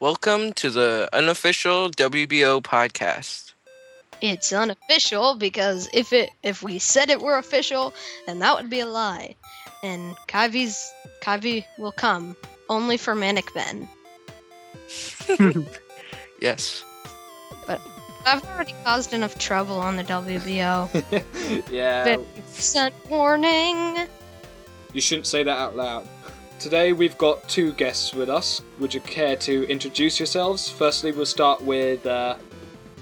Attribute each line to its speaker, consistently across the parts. Speaker 1: Welcome to the unofficial WBO podcast.
Speaker 2: It's unofficial because if it if we said it were official, then that would be a lie. And Kavi's Kavi will come only for Manic Men.
Speaker 1: Yes.
Speaker 2: I've already caused enough trouble on the WBO.
Speaker 3: yeah,
Speaker 2: But- Sent warning.
Speaker 3: you shouldn't say that out loud. Today we've got two guests with us. Would you care to introduce yourselves? Firstly, we'll start with uh,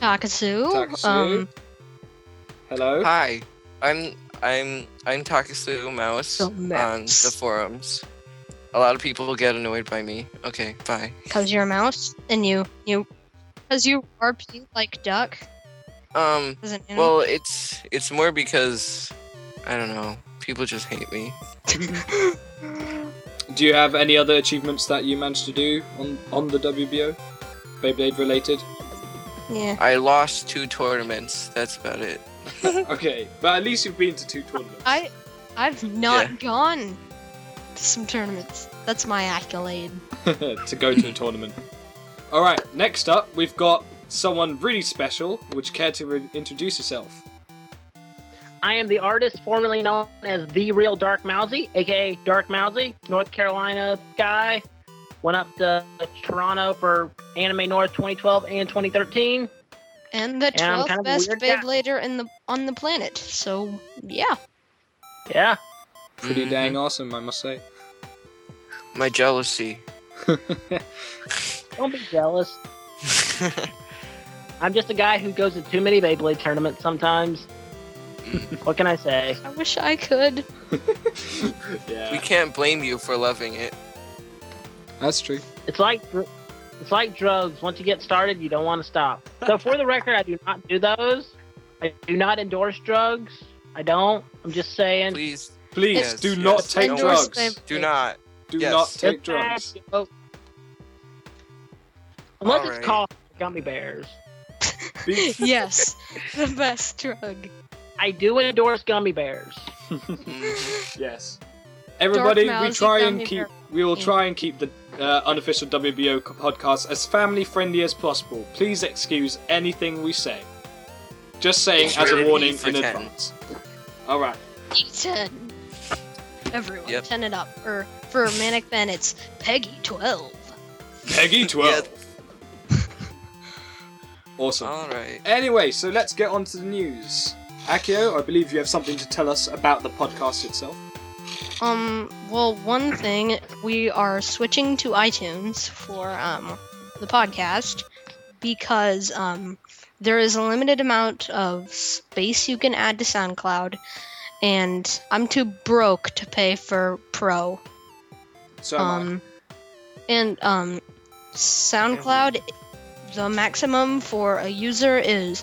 Speaker 2: Takasu.
Speaker 3: Takasu.
Speaker 2: Um,
Speaker 3: hello.
Speaker 1: Hi. I'm I'm I'm Takasu Mouse
Speaker 2: The
Speaker 1: on
Speaker 2: mouse.
Speaker 1: the forums. A lot of people get annoyed by me. Okay, bye.
Speaker 2: cause you're a mouse and you you cause you RP like duck.
Speaker 1: Um
Speaker 2: As an animal.
Speaker 1: well it's it's more because I don't know, people just hate me.
Speaker 3: Do you have any other achievements that you managed to do on on the WBO, Beyblade related?
Speaker 2: yeah.
Speaker 1: I lost two tournaments, that's about it.
Speaker 3: okay, but at least you've been to two tournaments.
Speaker 2: I I've not gone to some tournaments. That's my accolade.
Speaker 3: to go to a tournament. All right. Next up, we've got someone really special. Would you care to re- introduce yourself?
Speaker 4: I am the artist formerly known as the real Dark Mousy, aka Dark Mousy, North Carolina guy. Went up to Toronto for Anime North 2012 and 2013.
Speaker 2: And the
Speaker 4: Yeah, I'm
Speaker 2: 12th
Speaker 4: kind of a
Speaker 2: best
Speaker 4: weird guy.
Speaker 2: Beyblader in the on the planet. So yeah.
Speaker 4: Yeah,
Speaker 3: Pretty
Speaker 1: Mm-hmm.
Speaker 3: dang awesome, I must say.
Speaker 1: Mm, My jealousy.
Speaker 4: don't be jealous. I'm just a guy who goes to too many Beyblade tournaments sometimes. what can I say?
Speaker 2: I wish I could.
Speaker 1: we
Speaker 3: yeah,
Speaker 1: can't blame you for loving it.
Speaker 3: that's true.
Speaker 4: It's like dr- it's like drugs. Once you get started, you don't want to stop. So for the record, I do not do those. I do not endorse drugs. I don't. I'm just saying.
Speaker 1: Please
Speaker 3: Please
Speaker 1: Yes,
Speaker 3: do
Speaker 1: yes,
Speaker 3: not take
Speaker 1: no
Speaker 2: Endorse
Speaker 3: drugs.
Speaker 2: Beyblade.
Speaker 1: do not.
Speaker 3: Do
Speaker 1: Yes.
Speaker 3: not take
Speaker 4: It's
Speaker 3: drugs.
Speaker 4: bad, yo. Unless
Speaker 1: Alright.
Speaker 4: it's called gummy bears.
Speaker 3: Be-
Speaker 2: yes, the best drug.
Speaker 4: I do endorse gummy bears.
Speaker 1: Mhm.
Speaker 3: yes. Everybody, we
Speaker 2: mousy
Speaker 3: try
Speaker 2: gummy
Speaker 3: and keep. We will try and keep the uh, unofficial WBO co- podcast as family friendly as possible. Please excuse anything we say. Just saying
Speaker 1: It's
Speaker 3: as
Speaker 1: rated E
Speaker 3: a warning
Speaker 1: for
Speaker 3: in
Speaker 1: 10.
Speaker 3: advance. All right.
Speaker 2: Eaten. Everyone,
Speaker 1: Yep.
Speaker 2: ten it up. Or for Manic Man, it's Peggy twelve.
Speaker 3: Peggy 12. Awesome.
Speaker 1: All right.
Speaker 3: Anyway, so let's get on to the news. Akio, I believe you have something to tell us about the podcast itself.
Speaker 2: Um. Well, one thing we are switching to iTunes for um the podcast because um there is a limited amount of space you can add to SoundCloud, and I'm too broke to pay for Pro.
Speaker 3: So am I.
Speaker 2: um and um soundcloud the maximum for a user is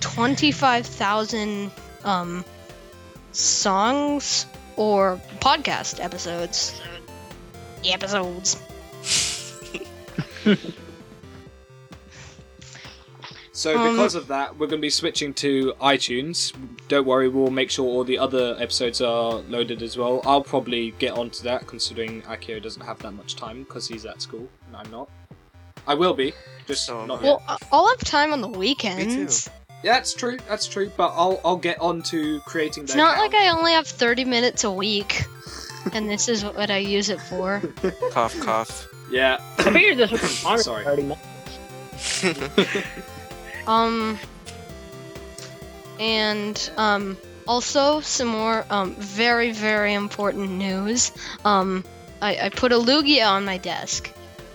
Speaker 2: 25000 um songs or podcast episodes episodes
Speaker 3: So
Speaker 2: Um,
Speaker 3: because of that, we're going to be switching to iTunes. Don't worry, we'll make sure all the other episodes are loaded as well. I'll probably get onto that, considering Akio doesn't have that much time because he's at school and I'm not. I will be, just
Speaker 1: So am
Speaker 3: not
Speaker 1: I.
Speaker 3: yet.
Speaker 2: well I- i'll have time on the weekends
Speaker 3: Yeah, that's true. That's true. But I'll I'll get on to creating.
Speaker 2: it's not like i only have 30 minutes a week and this is what i use it for
Speaker 1: Cough, cough.
Speaker 3: Yeah.
Speaker 4: I figured this was longer
Speaker 3: Sorry.
Speaker 4: than 30 minutes.
Speaker 2: Um, and um, also some more um, very very important news. Um, I, I put a Lugia on my desk.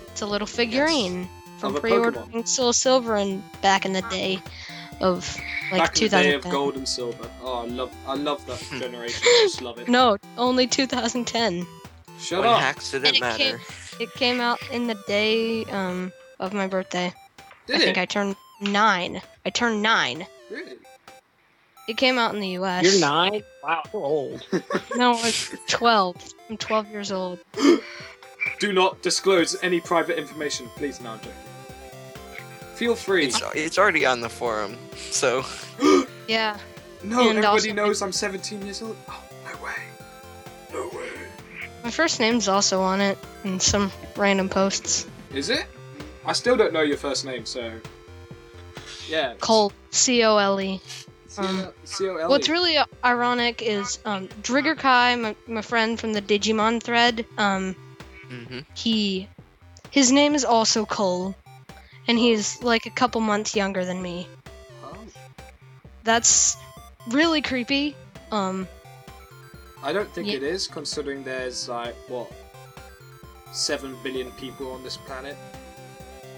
Speaker 2: It's a little figurine from
Speaker 3: Of a
Speaker 2: pre-ordering Soul Silver and back in the day of like
Speaker 3: Back in the
Speaker 2: 2000.
Speaker 3: day of gold and silver. Oh, I love I love that generation. I just love it.
Speaker 2: No, only 2010.
Speaker 3: Shut
Speaker 1: When
Speaker 3: up.
Speaker 1: hacks
Speaker 2: And
Speaker 1: didn't
Speaker 2: it
Speaker 1: matter.
Speaker 2: It came out in the day um, of my birthday. I
Speaker 3: Did
Speaker 2: think
Speaker 3: it?
Speaker 2: I turned nine. I turned nine.
Speaker 3: Really?
Speaker 2: It came out in the U.S.
Speaker 4: You're nine? Wow, you're old.
Speaker 2: No, I'm 12. I'm 12 years old.
Speaker 3: Do not disclose any private information, please. No, I'm joking. Feel free.
Speaker 1: It's, it's already on the forum, so
Speaker 2: Yeah.
Speaker 3: No,
Speaker 2: And
Speaker 3: everybody
Speaker 2: also-
Speaker 3: knows I'm 17 years old. Oh, no way. No way.
Speaker 2: My first name's also on it in some random posts.
Speaker 3: Is it? I still don't know your first name, so. Yeah.
Speaker 2: Cole, C O L E. um,
Speaker 3: C-O-L-E.
Speaker 2: What's really ironic is um, Drigger Kai, my, my friend from the Digimon thread, um,
Speaker 1: Mm-hmm.
Speaker 2: he his name is also Cole, and he's like a couple months younger than me.
Speaker 3: Oh.
Speaker 2: That's really creepy. Um,
Speaker 3: I don't think
Speaker 2: Yeah.
Speaker 3: it is, considering there's like what seven billion people on this planet.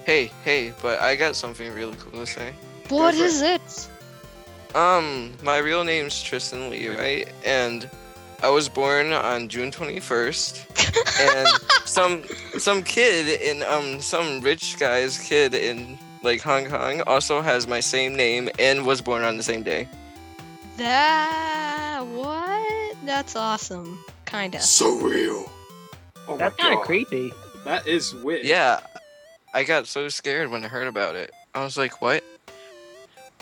Speaker 1: Hey, hey, but I got something really cool to say.
Speaker 2: what
Speaker 3: for it.
Speaker 2: is it?
Speaker 1: Um, my real name's Tristan Lee, right? And I was born on June 21st. and some some kid in um some rich guy's kid in like Hong Kong also has my same name and was born on the same day.
Speaker 2: That what? That's awesome. Kinda.
Speaker 3: So real. Oh
Speaker 4: That's
Speaker 3: my
Speaker 4: kind
Speaker 3: god.
Speaker 4: of creepy.
Speaker 3: That is weird.
Speaker 1: Yeah. I got so scared when I heard about it. I was like, "What?"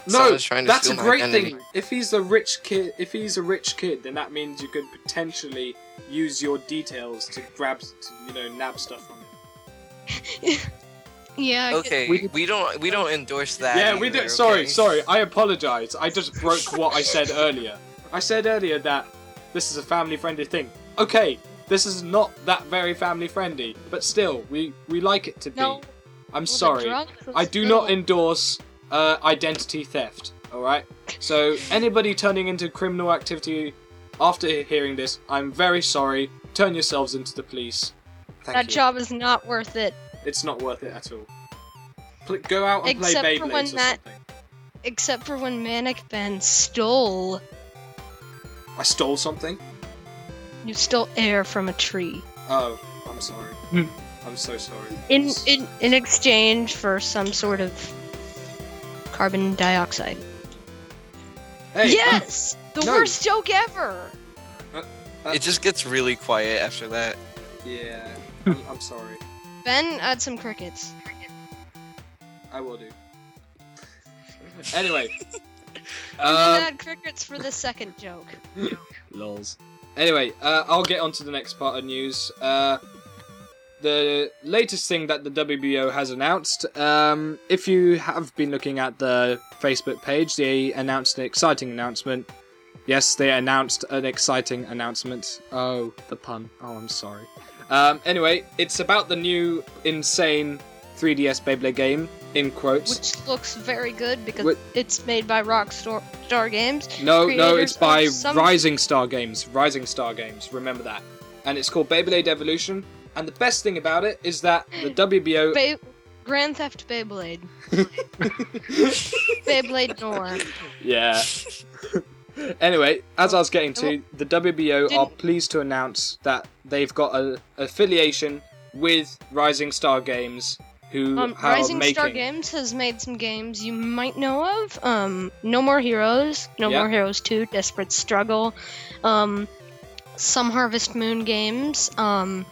Speaker 3: No,
Speaker 1: Someone's trying to
Speaker 3: that's a
Speaker 1: steal my
Speaker 3: great
Speaker 1: identity.
Speaker 3: thing. If he's a rich kid, if he's a rich kid, then that means you could potentially use your details to grab, to, you know, nab stuff from him.
Speaker 2: Yeah. I get-
Speaker 1: Okay, we,
Speaker 4: We-
Speaker 1: don't we don't endorse that.
Speaker 3: yeah, we
Speaker 1: either,
Speaker 3: did. Sorry,
Speaker 1: okay?
Speaker 3: sorry. I apologize. I just broke what I said earlier. I said earlier that this is a family-friendly thing. Okay, this is not that very family-friendly, but still, we we like it to be.
Speaker 2: No.
Speaker 3: I'm
Speaker 2: well, the
Speaker 3: sorry.
Speaker 2: drugs is
Speaker 3: I do not
Speaker 2: little.
Speaker 3: endorse uh, identity theft. All right. So anybody turning into criminal activity after hearing this, I'm very sorry. Turn yourselves into the police. Thank
Speaker 2: that
Speaker 3: you.
Speaker 2: job is not worth it,
Speaker 3: It's not worth it at all. Pl- go out and
Speaker 2: Except
Speaker 3: play
Speaker 2: for
Speaker 3: Beyblades
Speaker 2: when
Speaker 3: or
Speaker 2: that-
Speaker 3: something.
Speaker 2: except for when Manic Ben stole.
Speaker 3: I stole something.
Speaker 2: You stole air from a tree
Speaker 3: Oh, I'm sorry.
Speaker 4: Hmm.
Speaker 3: I'm so sorry.
Speaker 2: in in in exchange for some sort of carbon dioxide.
Speaker 3: hey, um,
Speaker 2: yes, the
Speaker 3: no.
Speaker 2: worst joke ever.
Speaker 1: It just gets really quiet after that.
Speaker 3: yeah. I'm, I'm sorry.
Speaker 2: Ben, add some crickets.
Speaker 3: I will do. Anyway.
Speaker 2: I'm
Speaker 3: uh,
Speaker 2: gonna add crickets for the second joke.
Speaker 3: Lols. Anyway, uh, I'll get on to the next part of news. Uh, the latest thing that the WBO has announced. Um, if you have been looking at the Facebook page, they announced an exciting announcement. Yes, they announced an exciting announcement. Oh, the pun. Oh, I'm sorry. Um, anyway, it's about the new insane 3DS Beyblade game, in quotes.
Speaker 2: which looks very good because
Speaker 3: Wh-
Speaker 2: it's made by Rockstar Star Games.
Speaker 3: No, no,
Speaker 2: creators
Speaker 3: it's by
Speaker 2: of some-
Speaker 3: Rising Star Games. Rising Star Games, remember that. And it's called Beyblade Evolution. And the best thing about it is that the WBO.
Speaker 2: Bey- Grand Theft Beyblade, Beyblade Noir.
Speaker 3: yeah. anyway, as I was getting to, the WBO are
Speaker 2: Didn't-
Speaker 3: pleased to announce that they've got an affiliation with Rising Star Games, who
Speaker 2: Um,
Speaker 3: are
Speaker 2: Rising
Speaker 3: making.
Speaker 2: Star Games has made some games you might know of. Um, no More Heroes, No
Speaker 3: Yeah.
Speaker 2: More Heroes Two, Desperate Struggle, um, some Harvest Moon games, um,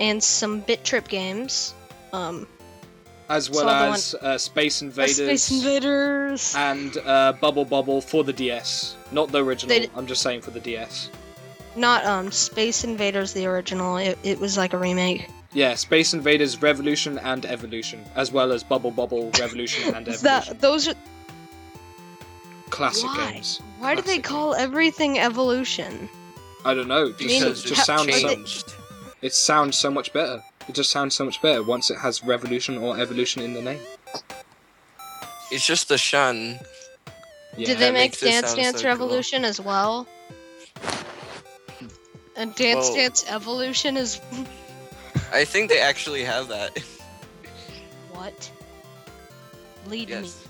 Speaker 2: and some Bit Trip games. Um,
Speaker 3: as well
Speaker 2: Saw the one-
Speaker 3: as uh, Space Invaders.
Speaker 2: Space Invaders.
Speaker 3: and uh, Bubble Bubble for the DS. Not the original,
Speaker 2: They-
Speaker 3: I'm just saying for the DS.
Speaker 2: Not um, Space Invaders, the original. It, it was like a remake.
Speaker 3: Yeah, Space Invaders Revolution and Evolution, as well as Bubble Bubble Revolution and Evolution.
Speaker 2: That those are
Speaker 3: Classic
Speaker 2: Why?
Speaker 3: games.
Speaker 2: Why do they
Speaker 3: Classic
Speaker 2: call everything evolution?
Speaker 3: I don't know. Just,
Speaker 2: mean-
Speaker 3: it
Speaker 1: Because
Speaker 3: just
Speaker 1: it's
Speaker 3: sounds so,
Speaker 1: changed.
Speaker 3: it sounds so much better. It just sounds so much better once it has revolution or evolution in the name.
Speaker 1: It's just the shun.
Speaker 3: Yeah.
Speaker 2: Did they
Speaker 1: that
Speaker 2: make
Speaker 1: makes it
Speaker 2: Dance
Speaker 1: sound
Speaker 2: Dance
Speaker 1: so cool.
Speaker 2: Revolution as well? And Dance
Speaker 1: Whoa.
Speaker 2: Dance Evolution is
Speaker 1: I think they actually have that.
Speaker 2: what? Lead
Speaker 1: yes.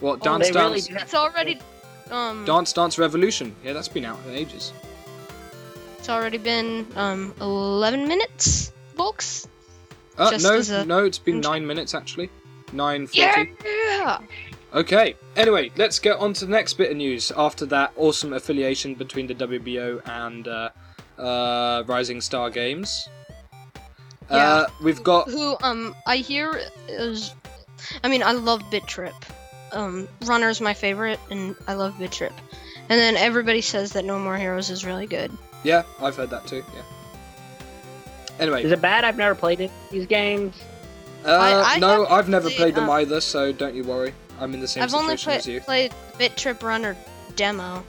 Speaker 3: What
Speaker 2: Oh,
Speaker 3: dance
Speaker 4: they really
Speaker 3: dance
Speaker 4: do
Speaker 2: me.
Speaker 4: have
Speaker 2: It's already um
Speaker 3: dance dance revolution? Yeah, that's been out for ages.
Speaker 2: it's already been um 11 minutes, folks.
Speaker 3: Uh,
Speaker 2: Just
Speaker 3: no,
Speaker 2: as a-
Speaker 3: no, it's been nine minutes actually. Nine forty.
Speaker 2: Yeah.
Speaker 3: Okay. Anyway, let's get on to the next bit of news after that awesome affiliation between the WBO and uh, uh, Rising Star Games. Uh, we've got
Speaker 2: Who um I hear is I mean I love Bit Trip. Um Runner's my favorite and I love Bit Trip. And then everybody says that No More Heroes is really good.
Speaker 3: yeah, I've heard that too. Yeah. Anyway,
Speaker 4: Is it bad? I've never played it. These games.
Speaker 3: Uh,
Speaker 2: I- I
Speaker 3: no,
Speaker 2: haven't
Speaker 3: I've never
Speaker 2: played,
Speaker 3: played them
Speaker 2: uh,
Speaker 3: either, so don't you worry. I'm in the same
Speaker 2: I've
Speaker 3: situation
Speaker 2: only
Speaker 3: as you.
Speaker 2: played played Bit Trip Runner demo.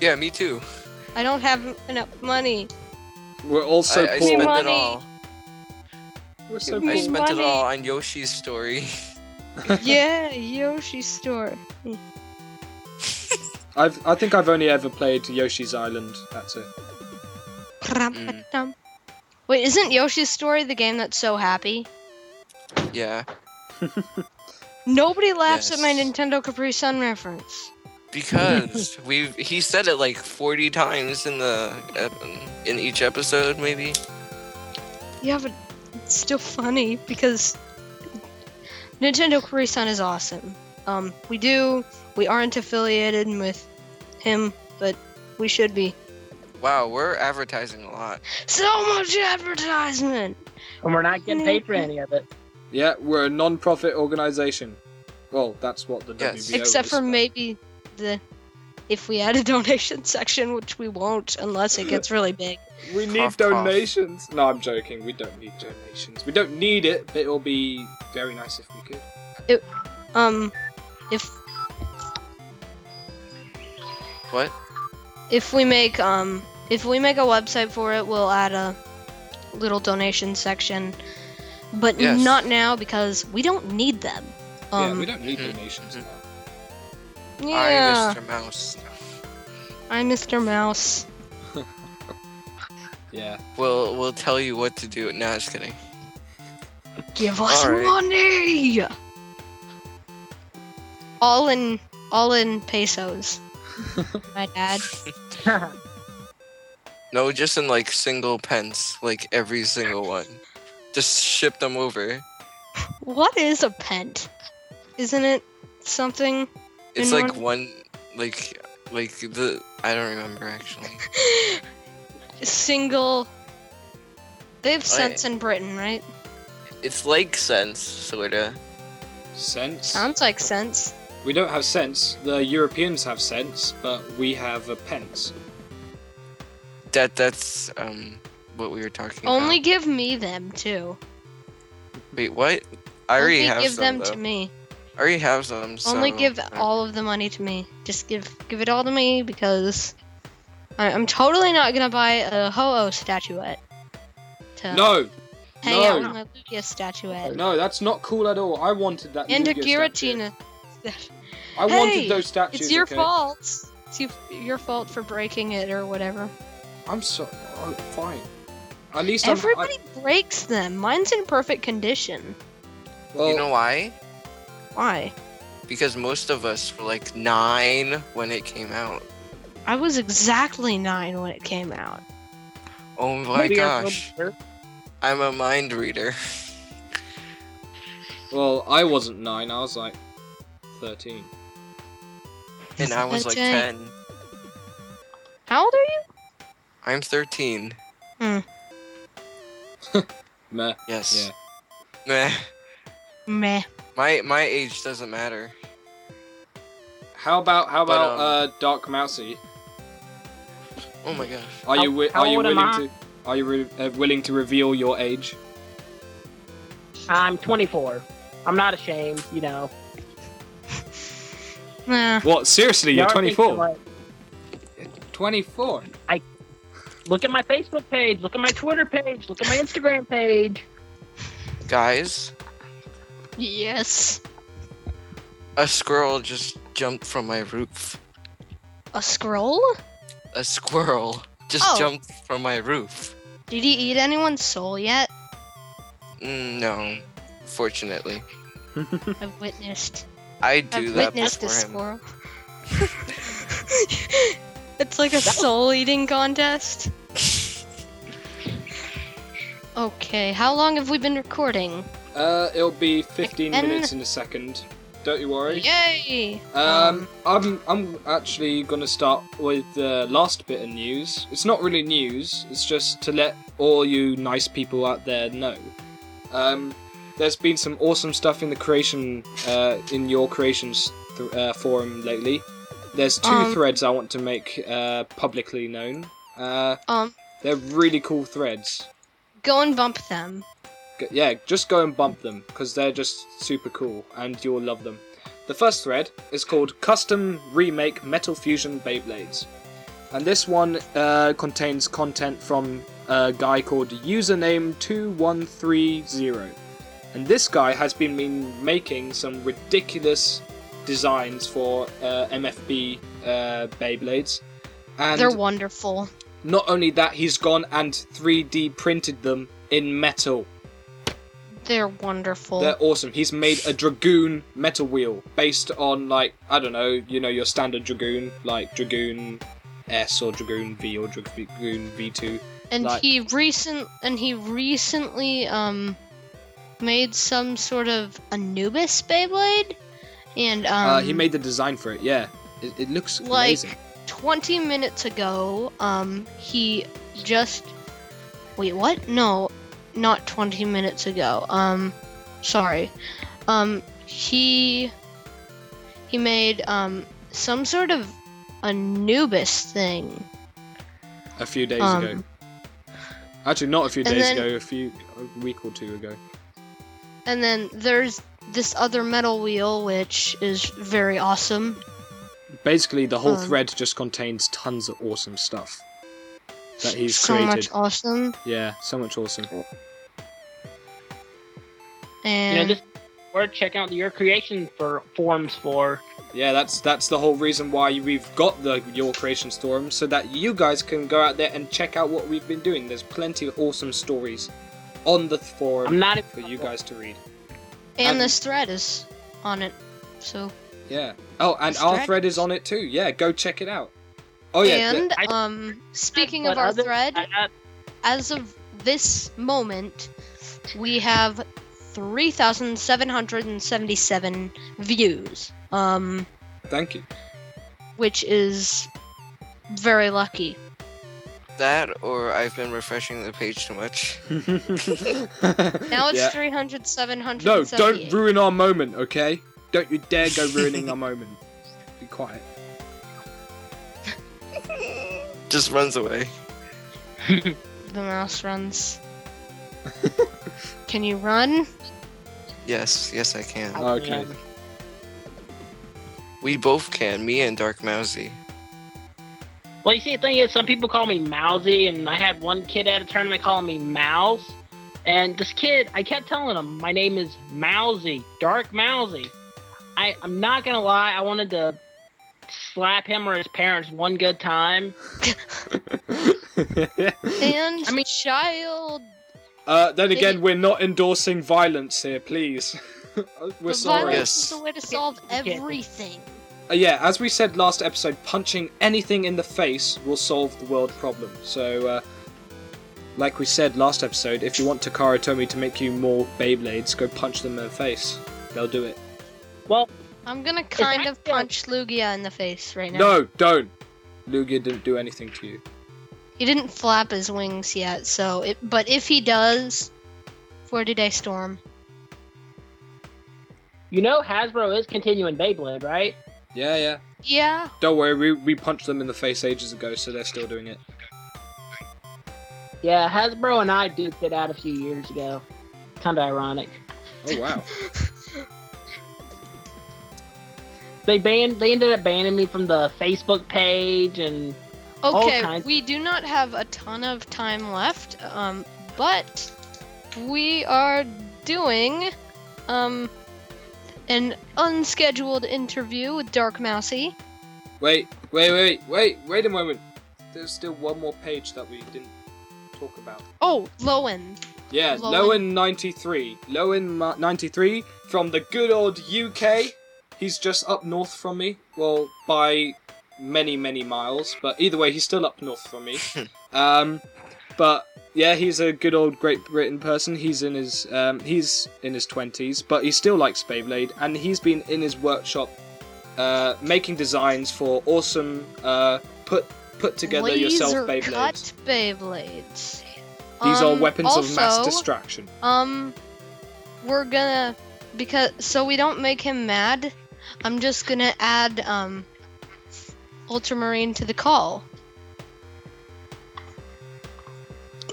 Speaker 1: Yeah, me too.
Speaker 2: I don't have enough money.
Speaker 3: We're all so
Speaker 1: I, I
Speaker 3: poor.
Speaker 1: spent it
Speaker 2: Money.
Speaker 1: all.
Speaker 3: We're so
Speaker 1: I
Speaker 2: Money.
Speaker 3: poor.
Speaker 1: spent it all on Yoshi's story.
Speaker 2: yeah, Yoshi store.
Speaker 3: I've, I think I've only ever played Yoshi's Island. That's it.
Speaker 2: Pram-pa-dum. Wait, isn't Yoshi's Story the game that's so happy?
Speaker 1: Yeah,
Speaker 2: Nobody laughs at my
Speaker 1: Yes.
Speaker 2: Nintendo Capri Sun reference.
Speaker 1: because we've he said it like 40 times in the ep- in each episode maybe.
Speaker 2: Yeah, but it's still funny because Nintendo Capri Sun is awesome. Um, we do. We aren't affiliated with him, but we should be.
Speaker 1: Wow, we're advertising a lot.
Speaker 2: So much advertisement.
Speaker 4: And we're not getting paid for any of it.
Speaker 3: Yeah, we're a non-profit organization. Well, that's what the
Speaker 1: Yes.
Speaker 3: WBO
Speaker 2: Except
Speaker 3: is.
Speaker 2: for maybe the if we had a donation section, which we won't unless it gets really big.
Speaker 3: We need
Speaker 1: Cough, cough.
Speaker 3: donations. No, I'm joking. We don't need donations. We don't need it, but it'll be very nice if we could.
Speaker 2: Um, if
Speaker 1: What?
Speaker 2: if we make um if we make a website for it, we'll add a little donation section, but
Speaker 1: Yes.
Speaker 2: not now because we don't need them. Um,
Speaker 3: yeah, we don't need
Speaker 1: mhm,
Speaker 3: donations
Speaker 1: mhm.
Speaker 3: now.
Speaker 2: yeah,
Speaker 1: I Mr. Mouse.
Speaker 2: I'm Mr. Mouse.
Speaker 3: Yeah.
Speaker 1: We'll we'll tell you what to do. No, just kidding.
Speaker 2: Give us
Speaker 1: All right.
Speaker 2: money. All in all in pesos. My dad.
Speaker 1: No, just in like single pence, like every single one. Just ship them over.
Speaker 2: What is a pent? Isn't it something?
Speaker 1: It's
Speaker 2: In
Speaker 1: like
Speaker 2: one-
Speaker 1: one, like, like the I don't remember actually.
Speaker 2: Single. They have
Speaker 1: Like-
Speaker 2: cents in Britain, right?
Speaker 1: It's like sense, sorta.
Speaker 3: Sense.
Speaker 2: Sounds like cents.
Speaker 3: We don't have sense. The Europeans have sense, but we have a pence.
Speaker 1: That that's um what we were talking
Speaker 2: Only
Speaker 1: about.
Speaker 2: give me them too.
Speaker 1: Wait, what? I already
Speaker 2: Only
Speaker 1: have
Speaker 2: give
Speaker 1: some,
Speaker 2: them to
Speaker 1: though.
Speaker 2: me.
Speaker 1: I already have some.
Speaker 2: Only
Speaker 1: so-
Speaker 2: give all of the money to me. Just give give it all to me because I, I'm totally not gonna buy a Ho-Oh statuette. To
Speaker 3: No,
Speaker 2: hang out
Speaker 3: no.
Speaker 2: with my Lugia statuette
Speaker 3: no, that's not cool at all. I wanted that.
Speaker 2: and a
Speaker 3: Yu-Gi-Oh statue.
Speaker 2: Giratina. statu-
Speaker 3: I
Speaker 2: Hey,
Speaker 3: wanted those statues.
Speaker 2: It's your
Speaker 3: okay?
Speaker 2: fault. It's you- your fault for breaking it or whatever.
Speaker 3: I'm sorry. Oh, fine. At least I'm-
Speaker 2: Everybody breaks them. Mine's in perfect condition.
Speaker 3: I, well,
Speaker 1: You know why?
Speaker 2: Why?
Speaker 1: Because most of us were like nine when it came out.
Speaker 2: I was exactly nine when it came out.
Speaker 1: Oh my
Speaker 4: Maybe I'm
Speaker 1: gosh,
Speaker 4: from-
Speaker 1: I'm a mind reader.
Speaker 3: Well, I wasn't nine. I was like thirteen.
Speaker 1: And I was like
Speaker 2: Okay.
Speaker 1: 10.
Speaker 2: How old are you?
Speaker 1: I'm 13.
Speaker 3: Meh.
Speaker 1: Yes. Meh.
Speaker 3: Yeah.
Speaker 2: Meh.
Speaker 1: My my age doesn't matter.
Speaker 3: How about how
Speaker 1: But,
Speaker 3: about
Speaker 1: um,
Speaker 3: uh, Dark Mousy?
Speaker 1: Oh my gosh.
Speaker 3: Are
Speaker 4: How-
Speaker 3: you wi-
Speaker 4: how
Speaker 3: are you
Speaker 4: old am
Speaker 3: willing
Speaker 4: I?
Speaker 3: to are you re- uh, willing to reveal your age?
Speaker 4: I'm 24. I'm not ashamed, you know.
Speaker 2: Nah.
Speaker 3: What? Seriously, you're
Speaker 4: Y'all
Speaker 3: 24.
Speaker 4: are thinking,
Speaker 3: 24.
Speaker 4: like, Look at my Facebook page. Look at my Twitter page. Look at my Instagram page.
Speaker 1: Guys,
Speaker 2: Yes.
Speaker 1: a squirrel just jumped from my roof.
Speaker 2: A scroll?
Speaker 1: A squirrel just
Speaker 2: Oh.
Speaker 1: jumped from my roof.
Speaker 2: Did he eat anyone's soul yet?
Speaker 1: Mm, no, fortunately.
Speaker 2: I've witnessed.
Speaker 1: I do
Speaker 2: I've
Speaker 1: that
Speaker 2: witnessed a
Speaker 1: before him.
Speaker 2: squirrel. it's like a soul eating contest. Okay, how long have we been recording?
Speaker 3: Uh, it'll be 15
Speaker 2: And-
Speaker 3: minutes in a second. Don't you worry.
Speaker 2: Yay!
Speaker 3: Um, I'm I'm actually gonna start with the last bit of news. It's not really news. It's just to let all you nice people out there know. Um, there's been some awesome stuff in the creation uh, in your creations th- uh, forum lately. There's two
Speaker 2: Um.
Speaker 3: threads I want to make uh, publicly known. Uh,
Speaker 2: Um,
Speaker 3: they're really cool threads.
Speaker 2: go and bump them.
Speaker 3: G- yeah, just go and bump them because they're just super cool and you'll love them. The first thread is called Custom Remake Metal Fusion Beyblades. And this one uh, contains content from a guy called username2130. And this guy has been, been making some ridiculous designs for uh, MFB uh, Beyblades. And
Speaker 2: They're wonderful.
Speaker 3: not only that, he's gone and 3D printed them in metal.
Speaker 2: They're wonderful.
Speaker 3: They're awesome. He's made a dragoon metal wheel based on like I don't know, you know your standard dragoon, like dragoon S or dragoon V or dragoon V2.
Speaker 2: and
Speaker 3: like-
Speaker 2: he recent and he recently um made some sort of Anubis Beyblade, and um
Speaker 3: uh, he made the design for it. Yeah, it, it looks
Speaker 2: like
Speaker 3: amazing.
Speaker 2: 20 minutes ago, um, he just. Wait, what? No, not 20 minutes ago. Um, sorry. Um, he. He made, um, some sort of Anubis thing.
Speaker 3: A few days
Speaker 2: um,
Speaker 3: ago, actually not a few
Speaker 2: and
Speaker 3: days
Speaker 2: then-
Speaker 3: ago, a few a week or two ago.
Speaker 2: And then there's this other metal wheel, which is very awesome.
Speaker 3: Basically, the whole
Speaker 2: um,
Speaker 3: thread just contains tons of awesome stuff that he's
Speaker 2: so
Speaker 3: created.
Speaker 2: much awesome.
Speaker 3: Yeah, so much awesome.
Speaker 4: You know,
Speaker 2: And.
Speaker 4: just or check out your creation for forms for.
Speaker 3: Yeah, that's that's the whole reason why we've got the Your Creation Storm, so that you guys can go out there and check out what we've been doing. There's plenty of awesome stories on the forum
Speaker 4: I'm not.
Speaker 3: for you guys to read.
Speaker 2: and
Speaker 4: uh,
Speaker 3: um,
Speaker 2: this thread is on it. So.
Speaker 3: Yeah. Oh, and
Speaker 4: It's
Speaker 3: our
Speaker 4: thread-
Speaker 3: thread is on it too. Yeah, go check it out. Oh yeah. th-
Speaker 2: and,
Speaker 4: I-
Speaker 2: um, speaking
Speaker 4: but
Speaker 2: of our
Speaker 4: other-
Speaker 2: thread.
Speaker 4: I- I-
Speaker 2: as of this moment, we have 3,777 views, um,
Speaker 3: thank you.
Speaker 2: which is very lucky.
Speaker 1: That or I've been refreshing the page too much.
Speaker 2: Now it's
Speaker 3: Yeah.
Speaker 2: 300,
Speaker 3: No, don't ruin our moment, okay? Don't you dare go ruining our moment. Be quiet.
Speaker 1: Just runs away.
Speaker 2: The mouse runs. Can you run?
Speaker 1: Yes, yes, I can.
Speaker 4: I-
Speaker 3: Okay.
Speaker 1: We both can. Me and Dark Mousy.
Speaker 4: Well, you see, the thing is, some people call me Mousy, and I had one kid at a tournament calling me Mouse. And this kid, I kept telling him, my name is Mousy, Dark Mousy. I, I'm not gonna lie, I wanted to slap him or his parents one good time.
Speaker 2: And
Speaker 4: I mean-
Speaker 2: child,
Speaker 3: uh, then again,
Speaker 2: Did-
Speaker 3: we're not endorsing violence here, please. we're
Speaker 2: the
Speaker 3: sorry.
Speaker 2: violence is
Speaker 1: Yes.
Speaker 2: the way to solve
Speaker 4: Yeah.
Speaker 2: everything.
Speaker 3: Uh, yeah, as we said last episode, punching anything in the face will solve the world problem. So, uh, like we said last episode, if you want Takara Tomy to make you more Beyblades, go punch them in the face. They'll do it.
Speaker 4: Well,
Speaker 2: I'm gonna kind
Speaker 4: I
Speaker 2: of
Speaker 4: feel-
Speaker 2: punch Lugia in the face right now.
Speaker 3: No, don't. Lugia didn't do anything to you.
Speaker 2: He didn't flap his wings yet, so it, but if he does, for today storm.
Speaker 4: you know Hasbro is continuing Beyblade, right?
Speaker 3: Yeah, yeah.
Speaker 2: Yeah.
Speaker 3: Don't worry, we, we punched them in the face ages ago, so they're still doing it.
Speaker 4: Yeah, Hasbro and I duked it out a few years ago. Kinda ironic.
Speaker 3: Oh, wow.
Speaker 4: They banned. They ended up banning me from the Facebook page, and All
Speaker 2: Okay,
Speaker 4: kinds-
Speaker 2: we do not have a ton of time left, um, but we are doing um an unscheduled interview with Dark Mousy.
Speaker 3: wait, wait, wait, wait, wait a moment. There's still one more page that we didn't talk about.
Speaker 2: Oh, Lowen.
Speaker 3: Yeah,
Speaker 2: Lowen.
Speaker 3: Lowen ninety three. Lowen ninety three from the good old UK. He's just up north from me. Well, by many many miles, but either way, he's still up north from me. um, but yeah, he's a good old Great Britain person. He's in his um, he's in his twenties, but he still likes Beyblade, and he's been in his workshop uh, making designs for awesome uh, put put together yourself
Speaker 2: Laser
Speaker 3: Beyblades.
Speaker 2: Cut Beyblades.
Speaker 3: These are
Speaker 2: Um,
Speaker 3: weapons of mass
Speaker 2: also-
Speaker 3: distraction.
Speaker 2: Um, we're gonna because so we don't make him mad. I'm just gonna add um, Ultramarine to the call.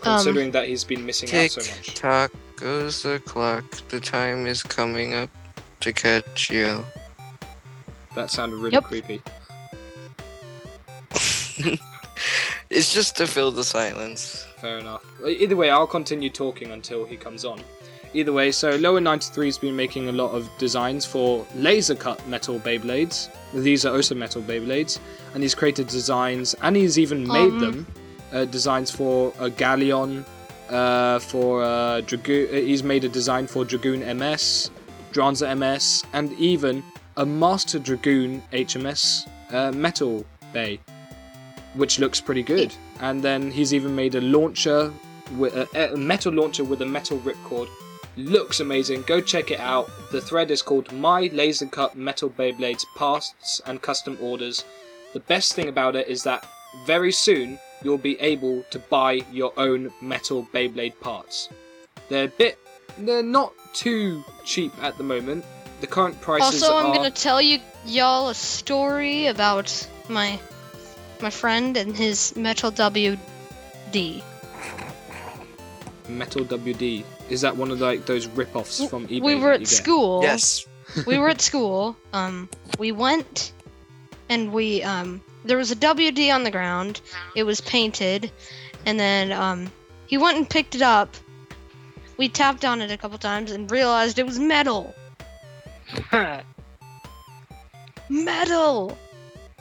Speaker 2: Um, Um,
Speaker 3: considering that he's been missing out so
Speaker 1: Tick
Speaker 3: much.
Speaker 1: tock, goes the clock. The time is coming up to catch you.
Speaker 3: That sounded really
Speaker 2: Yep.
Speaker 3: creepy.
Speaker 1: It's just to fill the silence.
Speaker 3: Fair enough. Either way, I'll continue talking until he comes on. Either way, so Lower 93 has been making a lot of designs for laser cut metal Beyblades. These are also metal Beyblades. And he's created designs, and he's even made
Speaker 2: Um.
Speaker 3: them uh, designs for a Galleon, uh, for uh, Dragoon. He's made a design for Dragoon MS, Dranza MS, and even a Master Dragoon HMS uh, metal bay which looks pretty good. And then he's even made a launcher, with a, a metal launcher with a metal ripcord. Looks amazing. Go check it out. The thread is called "My Laser Cut Metal Beyblades Pasts and Custom Orders." The best thing about it is that very soon you'll be able to buy your own metal Beyblade parts. They're a bit, they're not too cheap at the moment. The current prices
Speaker 2: also,
Speaker 3: are.
Speaker 2: I'm gonna tell you y'all a story about my my friend and his Metal WD.
Speaker 3: Metal WD. Is that one of like those rip-offs from eBay?
Speaker 2: we
Speaker 3: that
Speaker 2: were
Speaker 3: you
Speaker 2: at
Speaker 3: get?
Speaker 2: school.
Speaker 1: Yes.
Speaker 2: we were at school. Um, we went, and we um, there was a WD on the ground. It was painted, and then um, he went and picked it up. We tapped on it a couple times and realized it was metal. Metal.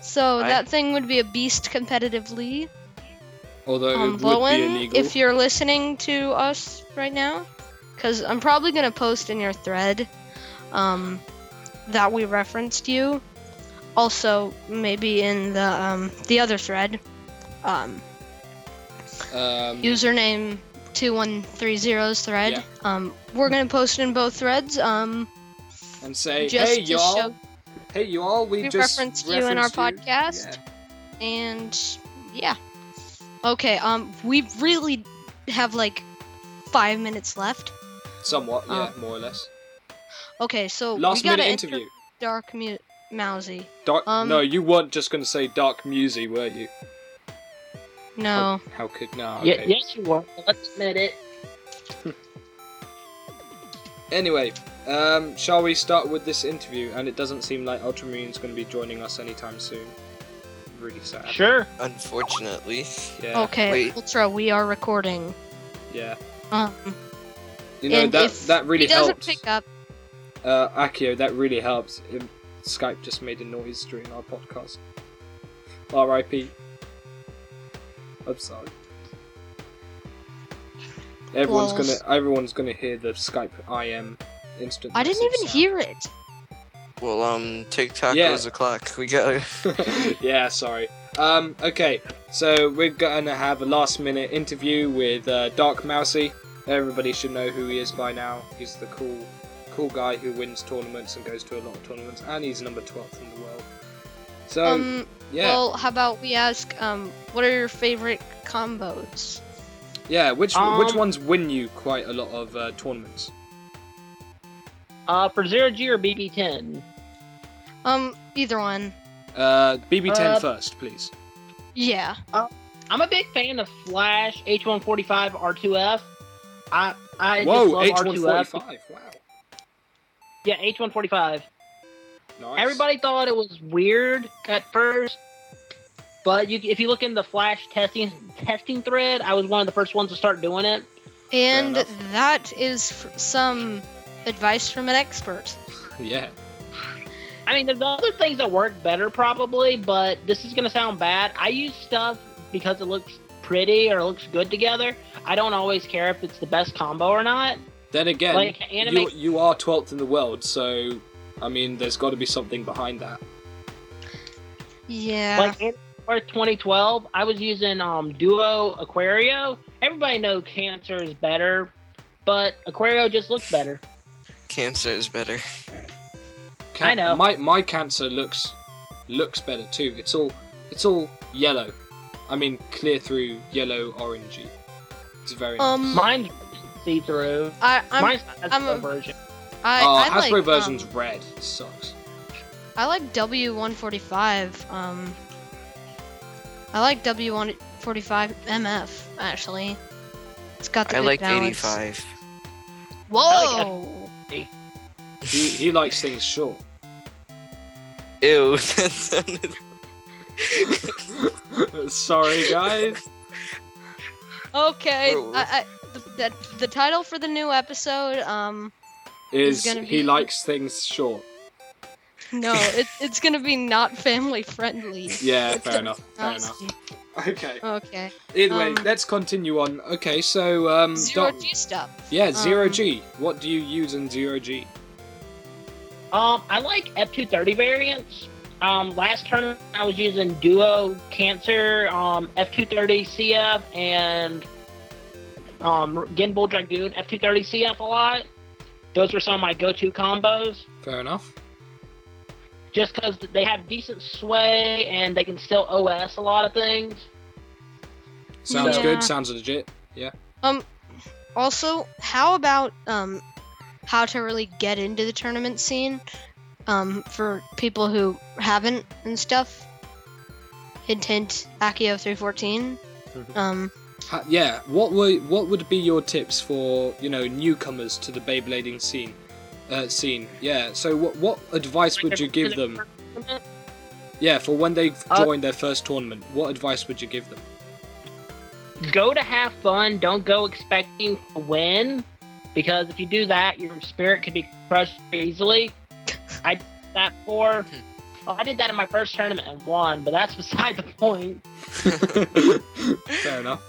Speaker 2: So
Speaker 1: I-
Speaker 2: that thing would be a beast competitively.
Speaker 3: Although
Speaker 2: Um,
Speaker 3: it would be
Speaker 2: Blowen,
Speaker 3: illegal.
Speaker 2: if you're listening to us right now, because I'm probably gonna post in your thread, um, that we referenced you. Also, maybe in the um, the other thread, um,
Speaker 3: um,
Speaker 2: username two one three zeros thread.
Speaker 3: Yeah.
Speaker 2: Um, we're gonna post it in both threads. Um,
Speaker 3: and say,
Speaker 2: just
Speaker 3: hey
Speaker 2: to
Speaker 3: y'all,
Speaker 2: show-
Speaker 3: hey y'all, we,
Speaker 2: we
Speaker 3: just
Speaker 2: referenced you in our
Speaker 3: referenced you."
Speaker 2: podcast. and yeah okay um we really have like five minutes left
Speaker 3: Yeah, somewhat, yeah,
Speaker 2: Um,
Speaker 3: more or less.
Speaker 2: okay so
Speaker 3: Last
Speaker 2: Oh, we gotta
Speaker 3: minute
Speaker 2: enter
Speaker 3: interview.
Speaker 2: dark mu- mousy
Speaker 3: Dark.
Speaker 2: um,
Speaker 3: no, you weren't just gonna say dark musy, were you?
Speaker 2: no
Speaker 3: How could no?
Speaker 4: Ye-
Speaker 3: okay.
Speaker 4: yes, you won't. Let's admit it.
Speaker 3: Anyway, um, shall we start with this interview? And it doesn't seem like Ultramarine's gonna be joining us anytime soon. Really sad.
Speaker 4: Sure.
Speaker 1: Unfortunately.
Speaker 3: Yeah.
Speaker 2: okay
Speaker 1: wait.
Speaker 2: ultra we are recording
Speaker 3: Yeah.
Speaker 2: um
Speaker 3: You know
Speaker 2: and
Speaker 3: that
Speaker 2: if
Speaker 3: that really
Speaker 2: he doesn't
Speaker 3: helped.
Speaker 2: pick up
Speaker 3: Uh, Akio, that really helps. Um, Skype just made a noise during our podcast. R.I.P. I'm sorry. Everyone's
Speaker 2: Lols.
Speaker 3: gonna, everyone's gonna hear the Skype IM instant.
Speaker 2: i didn't
Speaker 3: uh,
Speaker 2: even hear it
Speaker 1: Well, um, TikTok
Speaker 3: Yeah.
Speaker 1: goes the clock. We gotta.
Speaker 3: hear. yeah, sorry. Um, okay, so we're gonna have a last-minute interview with uh, Dark Mousy. Everybody should know who he is by now. He's the cool, cool guy who wins tournaments and goes to a lot of tournaments, and he's number 12 in the world. So
Speaker 2: um
Speaker 3: Oh, yeah.
Speaker 2: well how about we ask um what are your favorite combos
Speaker 3: Yeah, which which
Speaker 4: Um,
Speaker 3: ones win you quite a lot of uh, tournaments?
Speaker 4: Uh, for zero G or BB10.
Speaker 2: um either one
Speaker 3: Uh, BB10
Speaker 4: Uh,
Speaker 3: first, please.
Speaker 2: yeah
Speaker 4: I'm a big fan of Flash H145 R2F. I I
Speaker 3: Whoa,
Speaker 4: just love R2F.
Speaker 3: H145. Wow,
Speaker 4: Yeah, H145.
Speaker 3: nice.
Speaker 4: Everybody thought it was weird at first, but you, if you look in the Flash testing testing thread, I was one of the first ones to start doing it.
Speaker 2: and
Speaker 3: enough.
Speaker 2: that is f- some advice from an expert
Speaker 3: Yeah.
Speaker 4: I mean, there's other things that work better probably, but this is gonna sound bad. I use stuff because it looks pretty or looks good together. I don't always care if it's the best combo or not.
Speaker 3: Then again,
Speaker 4: Like, anime-
Speaker 3: you you are twelfth in the world, so I mean, there's got to be something behind that.
Speaker 2: yeah
Speaker 4: Like in or 2012, I was using um Duo Aquario. Everybody know Cancer is better, but Aquario just looks better.
Speaker 1: Cancer is better.
Speaker 3: Can-
Speaker 4: I know.
Speaker 3: My my cancer looks looks better too. It's all it's all yellow. I mean, clear through yellow orangey. It's very nice.
Speaker 2: Um,
Speaker 4: Mine's see through.
Speaker 2: I, I'm,
Speaker 4: Mine's a
Speaker 2: I'm a-
Speaker 4: version.
Speaker 2: I,
Speaker 3: oh,
Speaker 2: I
Speaker 3: Hasbro
Speaker 2: like,
Speaker 3: version's
Speaker 2: Um,
Speaker 3: red. It sucks.
Speaker 2: I like W145. Um, I like W145 MF actually. It's got the
Speaker 1: I
Speaker 2: good
Speaker 1: like
Speaker 2: balance.
Speaker 1: 85.
Speaker 2: Whoa!
Speaker 3: He, he likes things short.
Speaker 1: Ew. That sounded...
Speaker 3: Sorry, guys.
Speaker 2: Okay,
Speaker 1: Whoa.
Speaker 2: I, I, the, that- the title for the new episode, um,
Speaker 3: Is
Speaker 2: gonna
Speaker 3: he
Speaker 2: be-
Speaker 3: likes things short?
Speaker 2: no, it, it's gonna be not family friendly.
Speaker 3: Yeah, fair enough. Fair enough.
Speaker 2: Honestly.
Speaker 3: Okay.
Speaker 2: Okay.
Speaker 3: Either way,
Speaker 2: Um,
Speaker 3: let's continue on. Okay, so um,
Speaker 2: Zero
Speaker 3: Dom-
Speaker 2: G stuff.
Speaker 3: yeah, zero
Speaker 2: um,
Speaker 3: G. What do you use in zero G?
Speaker 4: Um, I like F230 variants. Um, last tournament I was using Duo Cancer, um, F230 CF, and um, Gimbal Dragoon F230 CF a lot. Those were some of my go-to combos,
Speaker 3: Fair enough.
Speaker 4: just because they have decent sway and they can still OS a lot of things.
Speaker 3: Sounds
Speaker 4: Yeah.
Speaker 3: good. Sounds legit.
Speaker 2: Also, how about um, how to really get into the tournament scene um, for people who haven't and stuff? Hint, hint, Akio 314.
Speaker 3: Mhm.
Speaker 2: Um,
Speaker 3: Ha- yeah. What were what would be your tips for you know newcomers to the Beyblading scene? Uh, scene. Yeah. So what what advice would you give them? Yeah, for when they
Speaker 4: Uh,
Speaker 3: join their first tournament, what advice would you give them?
Speaker 4: go to have fun. Don't go expecting to win, because if you do that, your spirit could be crushed easily. I did that for. well, I did that in my first tournament and won, but that's beside the point.
Speaker 3: Fair enough.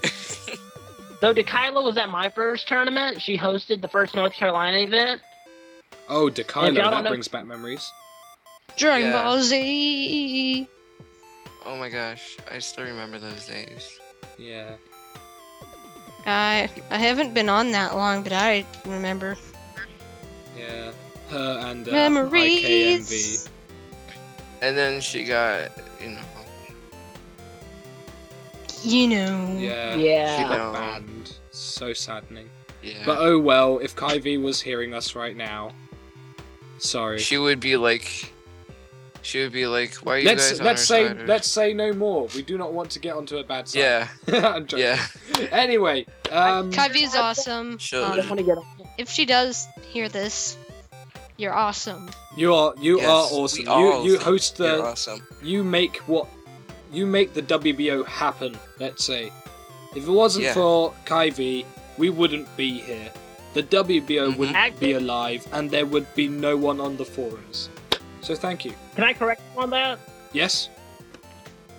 Speaker 4: So Dekaila was at my first tournament. She hosted the first North Carolina event.
Speaker 3: Oh, Dakilo,
Speaker 4: Yeah, I don't
Speaker 3: that
Speaker 4: know-
Speaker 3: brings back memories.
Speaker 2: Dragon
Speaker 1: Yeah.
Speaker 2: Ball Z.
Speaker 1: Oh my gosh, I still remember those days.
Speaker 3: Yeah.
Speaker 2: I I haven't been on that long, but I remember
Speaker 3: Yeah. Her and uh,
Speaker 2: memories.
Speaker 3: IKMV.
Speaker 1: And then she got, you know,
Speaker 2: You know.
Speaker 3: Yeah.
Speaker 1: she
Speaker 4: Yeah.
Speaker 1: got banned.
Speaker 3: Banned. So saddening.
Speaker 1: Yeah.
Speaker 3: But oh well, if Kai V was hearing us right now, sorry.
Speaker 1: she would be like, she would be like, why are you
Speaker 3: let's
Speaker 1: guys on
Speaker 3: let's
Speaker 1: our
Speaker 3: say
Speaker 1: side or-
Speaker 3: let's say no more. We do not want to get onto a bad side.
Speaker 1: Yeah,
Speaker 3: I'm joking.
Speaker 1: yeah.
Speaker 3: Anyway, um,
Speaker 2: Kai V's awesome.
Speaker 1: Sure.
Speaker 4: I just
Speaker 2: Um,
Speaker 4: want to get on.
Speaker 2: if she does hear this, you're awesome.
Speaker 3: you are you
Speaker 1: Yes,
Speaker 3: are
Speaker 1: we
Speaker 3: awesome. You
Speaker 1: are
Speaker 3: you
Speaker 1: awesome.
Speaker 3: host the
Speaker 1: You're awesome.
Speaker 3: you make what you make the WBO happen, let's say. If it wasn't
Speaker 1: Yeah.
Speaker 3: for Kyvie, we wouldn't be here. The WBO
Speaker 1: Mhm.
Speaker 3: wouldn't be alive and there would be no one on the forums. So thank you.
Speaker 4: Can I correct you on that?
Speaker 3: Yes?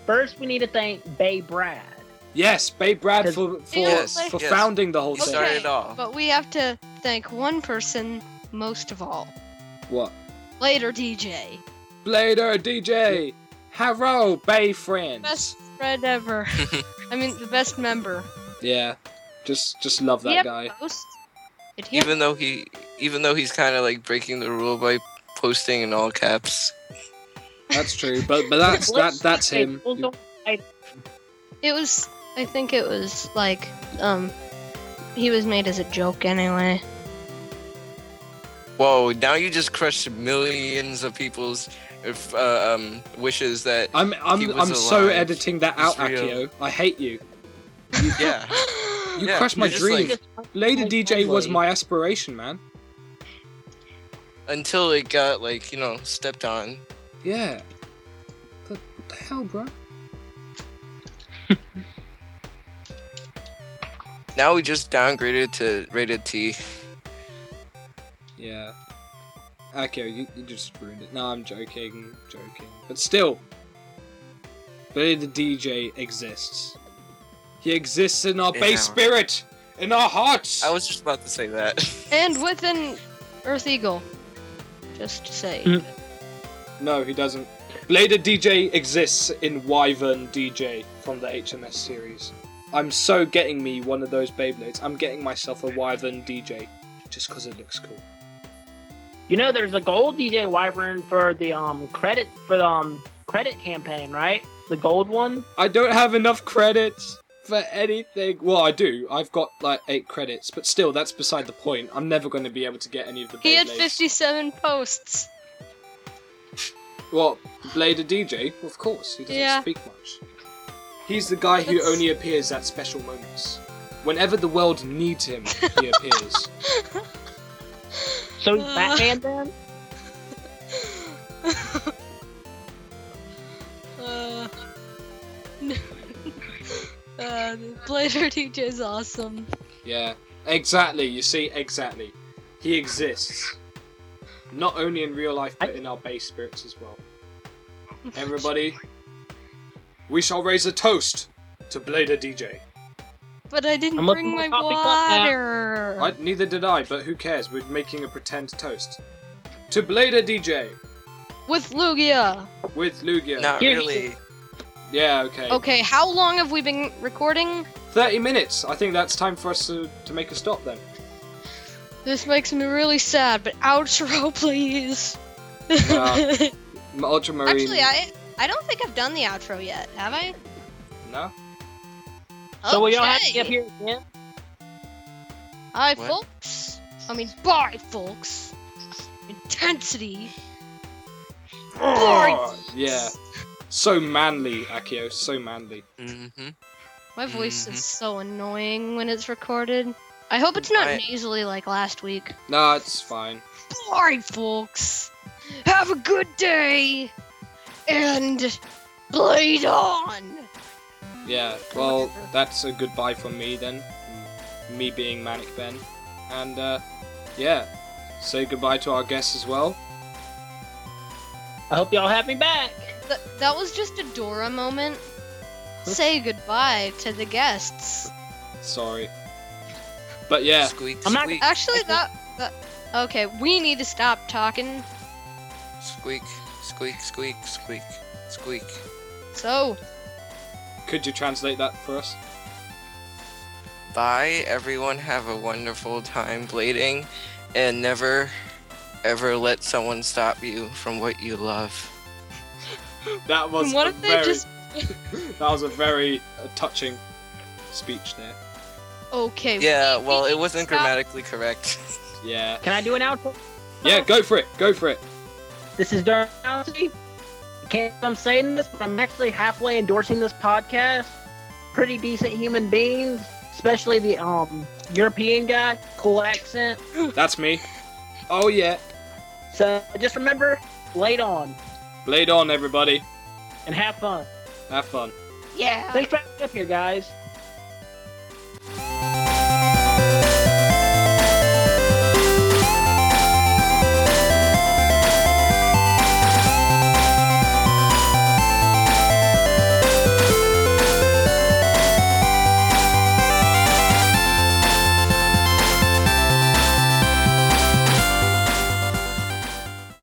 Speaker 4: First, we need to thank Bay Brad.
Speaker 3: Yes, Babe Brad
Speaker 4: Cause-
Speaker 3: for for,
Speaker 1: Yes,
Speaker 3: for
Speaker 1: yes.
Speaker 3: founding the whole
Speaker 1: We
Speaker 2: Okay.
Speaker 3: thing.
Speaker 1: started it all.
Speaker 2: But we have to thank one person most of all.
Speaker 3: What?
Speaker 2: Later, DJ.
Speaker 3: Blader DJ! Hello, Bay friends!
Speaker 2: Best friend ever. I mean, the best member.
Speaker 3: Yeah. Just just love that
Speaker 2: Yep.
Speaker 3: guy.
Speaker 2: Post. Did he?
Speaker 1: Even though he, even though he's kind of like breaking the rule by posting in all caps.
Speaker 3: That's true. But but that's that that's him.
Speaker 4: Well, don't-
Speaker 2: It was. I think it was like um, he was made as a joke anyway.
Speaker 1: Whoa! Now you just crushed millions of people's if, uh, um, wishes that.
Speaker 3: I'm
Speaker 1: He
Speaker 3: I'm
Speaker 1: was
Speaker 3: I'm so
Speaker 1: alive.
Speaker 3: editing that out,
Speaker 1: He's real.
Speaker 3: Akio. I hate you.
Speaker 1: Yeah.
Speaker 3: You
Speaker 1: Yeah,
Speaker 3: crushed my
Speaker 1: you're just like-
Speaker 3: dream. Lady DJ was my aspiration, man.
Speaker 1: Until it got like you know stepped on.
Speaker 3: Yeah. But what the hell, bro?
Speaker 1: Now we just downgraded to rated T.
Speaker 3: Yeah. Akio, you, you just ruined it. No, I'm joking, joking. But still, Lady DJ exists. He exists in our
Speaker 1: In
Speaker 3: base
Speaker 1: our-
Speaker 3: spirit, in our hearts.
Speaker 1: I was just about to say that.
Speaker 2: And with an Earth Eagle. Just to say.
Speaker 4: Mm.
Speaker 3: No, he doesn't. Blader DJ exists in Wyvern DJ from the HMS series. I'm so getting me one of those Beyblades. I'm getting myself a Wyvern DJ just because it looks cool.
Speaker 4: You know, there's a gold DJ Wyvern for the um credit for the um credit campaign, right? The gold one.
Speaker 3: I don't have enough credits for anything. Well, I do. I've got like eight credits, but still, that's beside the point. I'm never going to be able to get any of the Beyblades.
Speaker 2: He had 57 posts.
Speaker 3: What? Blader DJ? Of course, he doesn't
Speaker 2: Yeah.
Speaker 3: speak much. He's the guy who
Speaker 2: That's-
Speaker 3: only appears at special moments. Whenever the world needs him, he appears.
Speaker 4: So he's
Speaker 2: Uh.
Speaker 4: Batman then?
Speaker 2: uh, uh, Blader teacher is awesome.
Speaker 3: Yeah, exactly. You see, exactly. He exists. Not only in real life, but in our base spirits as well. Everybody, we shall raise a toast to Blader DJ.
Speaker 2: But I didn't
Speaker 4: I'm looking
Speaker 2: bring my
Speaker 4: for coffee cup now.
Speaker 2: water.
Speaker 3: I, neither did I, but who cares? We're making a pretend toast. To Blader DJ
Speaker 2: With Lugia.
Speaker 3: with Lugia.
Speaker 1: Not
Speaker 4: Here he
Speaker 1: really.
Speaker 3: Yeah, okay.
Speaker 2: Okay, how long have we been recording?
Speaker 3: 30 minutes. I think that's time for us to, to make a stop then.
Speaker 2: This makes me really sad, but outro, please.
Speaker 3: Yeah. Uh, M- Ultramarine.
Speaker 2: Actually, I I don't think I've done the outro yet, have I?
Speaker 3: No?
Speaker 4: So we all have to
Speaker 2: Okay.
Speaker 4: get here again?
Speaker 2: Hi,
Speaker 1: What?
Speaker 2: folks. I mean, bye, folks. Intensity.
Speaker 3: Oh, yeah. So manly, Akio. So manly.
Speaker 1: Mm-hmm.
Speaker 2: My voice
Speaker 1: Mhm.
Speaker 2: is so annoying when it's recorded. I hope it's not
Speaker 1: I-
Speaker 2: nasally like last week.
Speaker 3: Nah, it's fine.
Speaker 2: Bye, folks. Have a good day. And blade on.
Speaker 3: Yeah, well, that's a goodbye from me then. Me being Manic Ben. And, uh, yeah. Say goodbye to our guests as well.
Speaker 4: I hope y'all have me back.
Speaker 2: Th- that was just a Dora moment. Say goodbye to the guests.
Speaker 3: Sorry. But yeah,
Speaker 1: Squeak,
Speaker 4: I'm not-
Speaker 1: squeak,
Speaker 2: Actually, that, that. Okay, we need to stop talking.
Speaker 1: squeak, squeak, squeak, squeak, squeak.
Speaker 2: So,
Speaker 3: could you translate that for us?
Speaker 1: Bye, everyone. Have a wonderful time blading, and never, ever let someone stop you from what you love.
Speaker 3: That was
Speaker 2: what
Speaker 3: a
Speaker 2: if they
Speaker 3: very,
Speaker 2: just.
Speaker 3: that was a very uh, touching speech there.
Speaker 2: Okay.
Speaker 1: Yeah,
Speaker 2: we- we
Speaker 1: well, it
Speaker 2: need to
Speaker 1: wasn't
Speaker 2: stop-
Speaker 1: grammatically correct.
Speaker 3: Yeah.
Speaker 4: Can I do an outro?
Speaker 3: Yeah, go for it. Go for it.
Speaker 4: This is Dark Bouncy. Can't believe I'm saying this, but I'm actually halfway endorsing this podcast. Pretty decent human beings, especially the um European guy, cool accent.
Speaker 3: That's me. Oh yeah.
Speaker 4: So just remember, late on
Speaker 3: Blade on everybody.
Speaker 4: and have fun.
Speaker 3: Have fun.
Speaker 2: Yeah.
Speaker 4: Thanks for having me up here, guys.